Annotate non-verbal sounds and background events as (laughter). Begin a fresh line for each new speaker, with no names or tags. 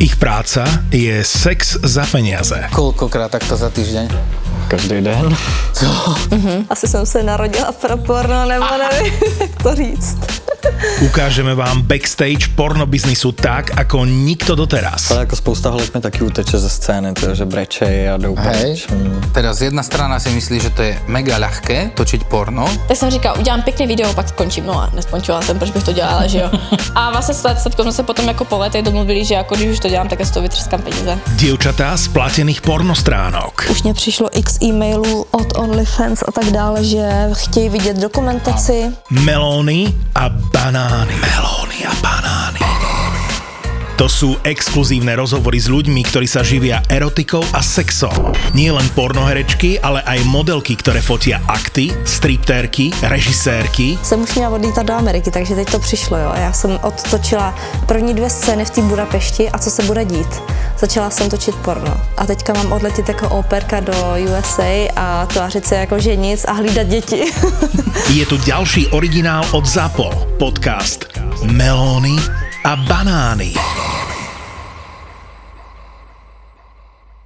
ich práca je sex za peniaze.
Koľkokrát takto za týždeň?
Každý den.
Asi jsem se narodila pro porno, nebo nevím, (laughs) jak to říct.
Ukážeme vám backstage porno biznisu tak, ako nikto doteraz.
Ale jako spousta holek mi taky uteče ze scény, to, že brečej a jdou
Hej.
pryč. Mm.
Teraz jedna strana si myslí, že to je mega ľahké točiť porno.
Tak jsem říkala, udělám pěkný video, pak skončím. No a neskončila jsem, proč bych to dělala, že jo. A vlastně s let- s taťkou jsme se potom jako po letech domluvili, že jako když už to dělám, tak já z toho vytřeskám peníze.
Dievčatá z platených pornostránok.
Už mě přišlo x e-mailů od OnlyFans a tak dále, že chtějí vidět dokumentaci.
Melóny a banány. Melóny a banány. To sú exkluzívne rozhovory s ľuďmi, ktorí sa živia erotikou a sexom. Nie len pornoherečky, ale aj modelky, ktoré fotia akty, striptérky, režisérky.
Jsem už měla odlítat do Ameriky, takže teď to přišlo, jo. Já jsem odtočila první dvě scény v té Budapešti a co se bude dít. Začala jsem točit porno. A teďka mám odletět jako operka do USA a tvářit se jako že nic a hlídat děti. (laughs)
Je tu ďalší originál od ZAPO. Podcast Melóny a banány.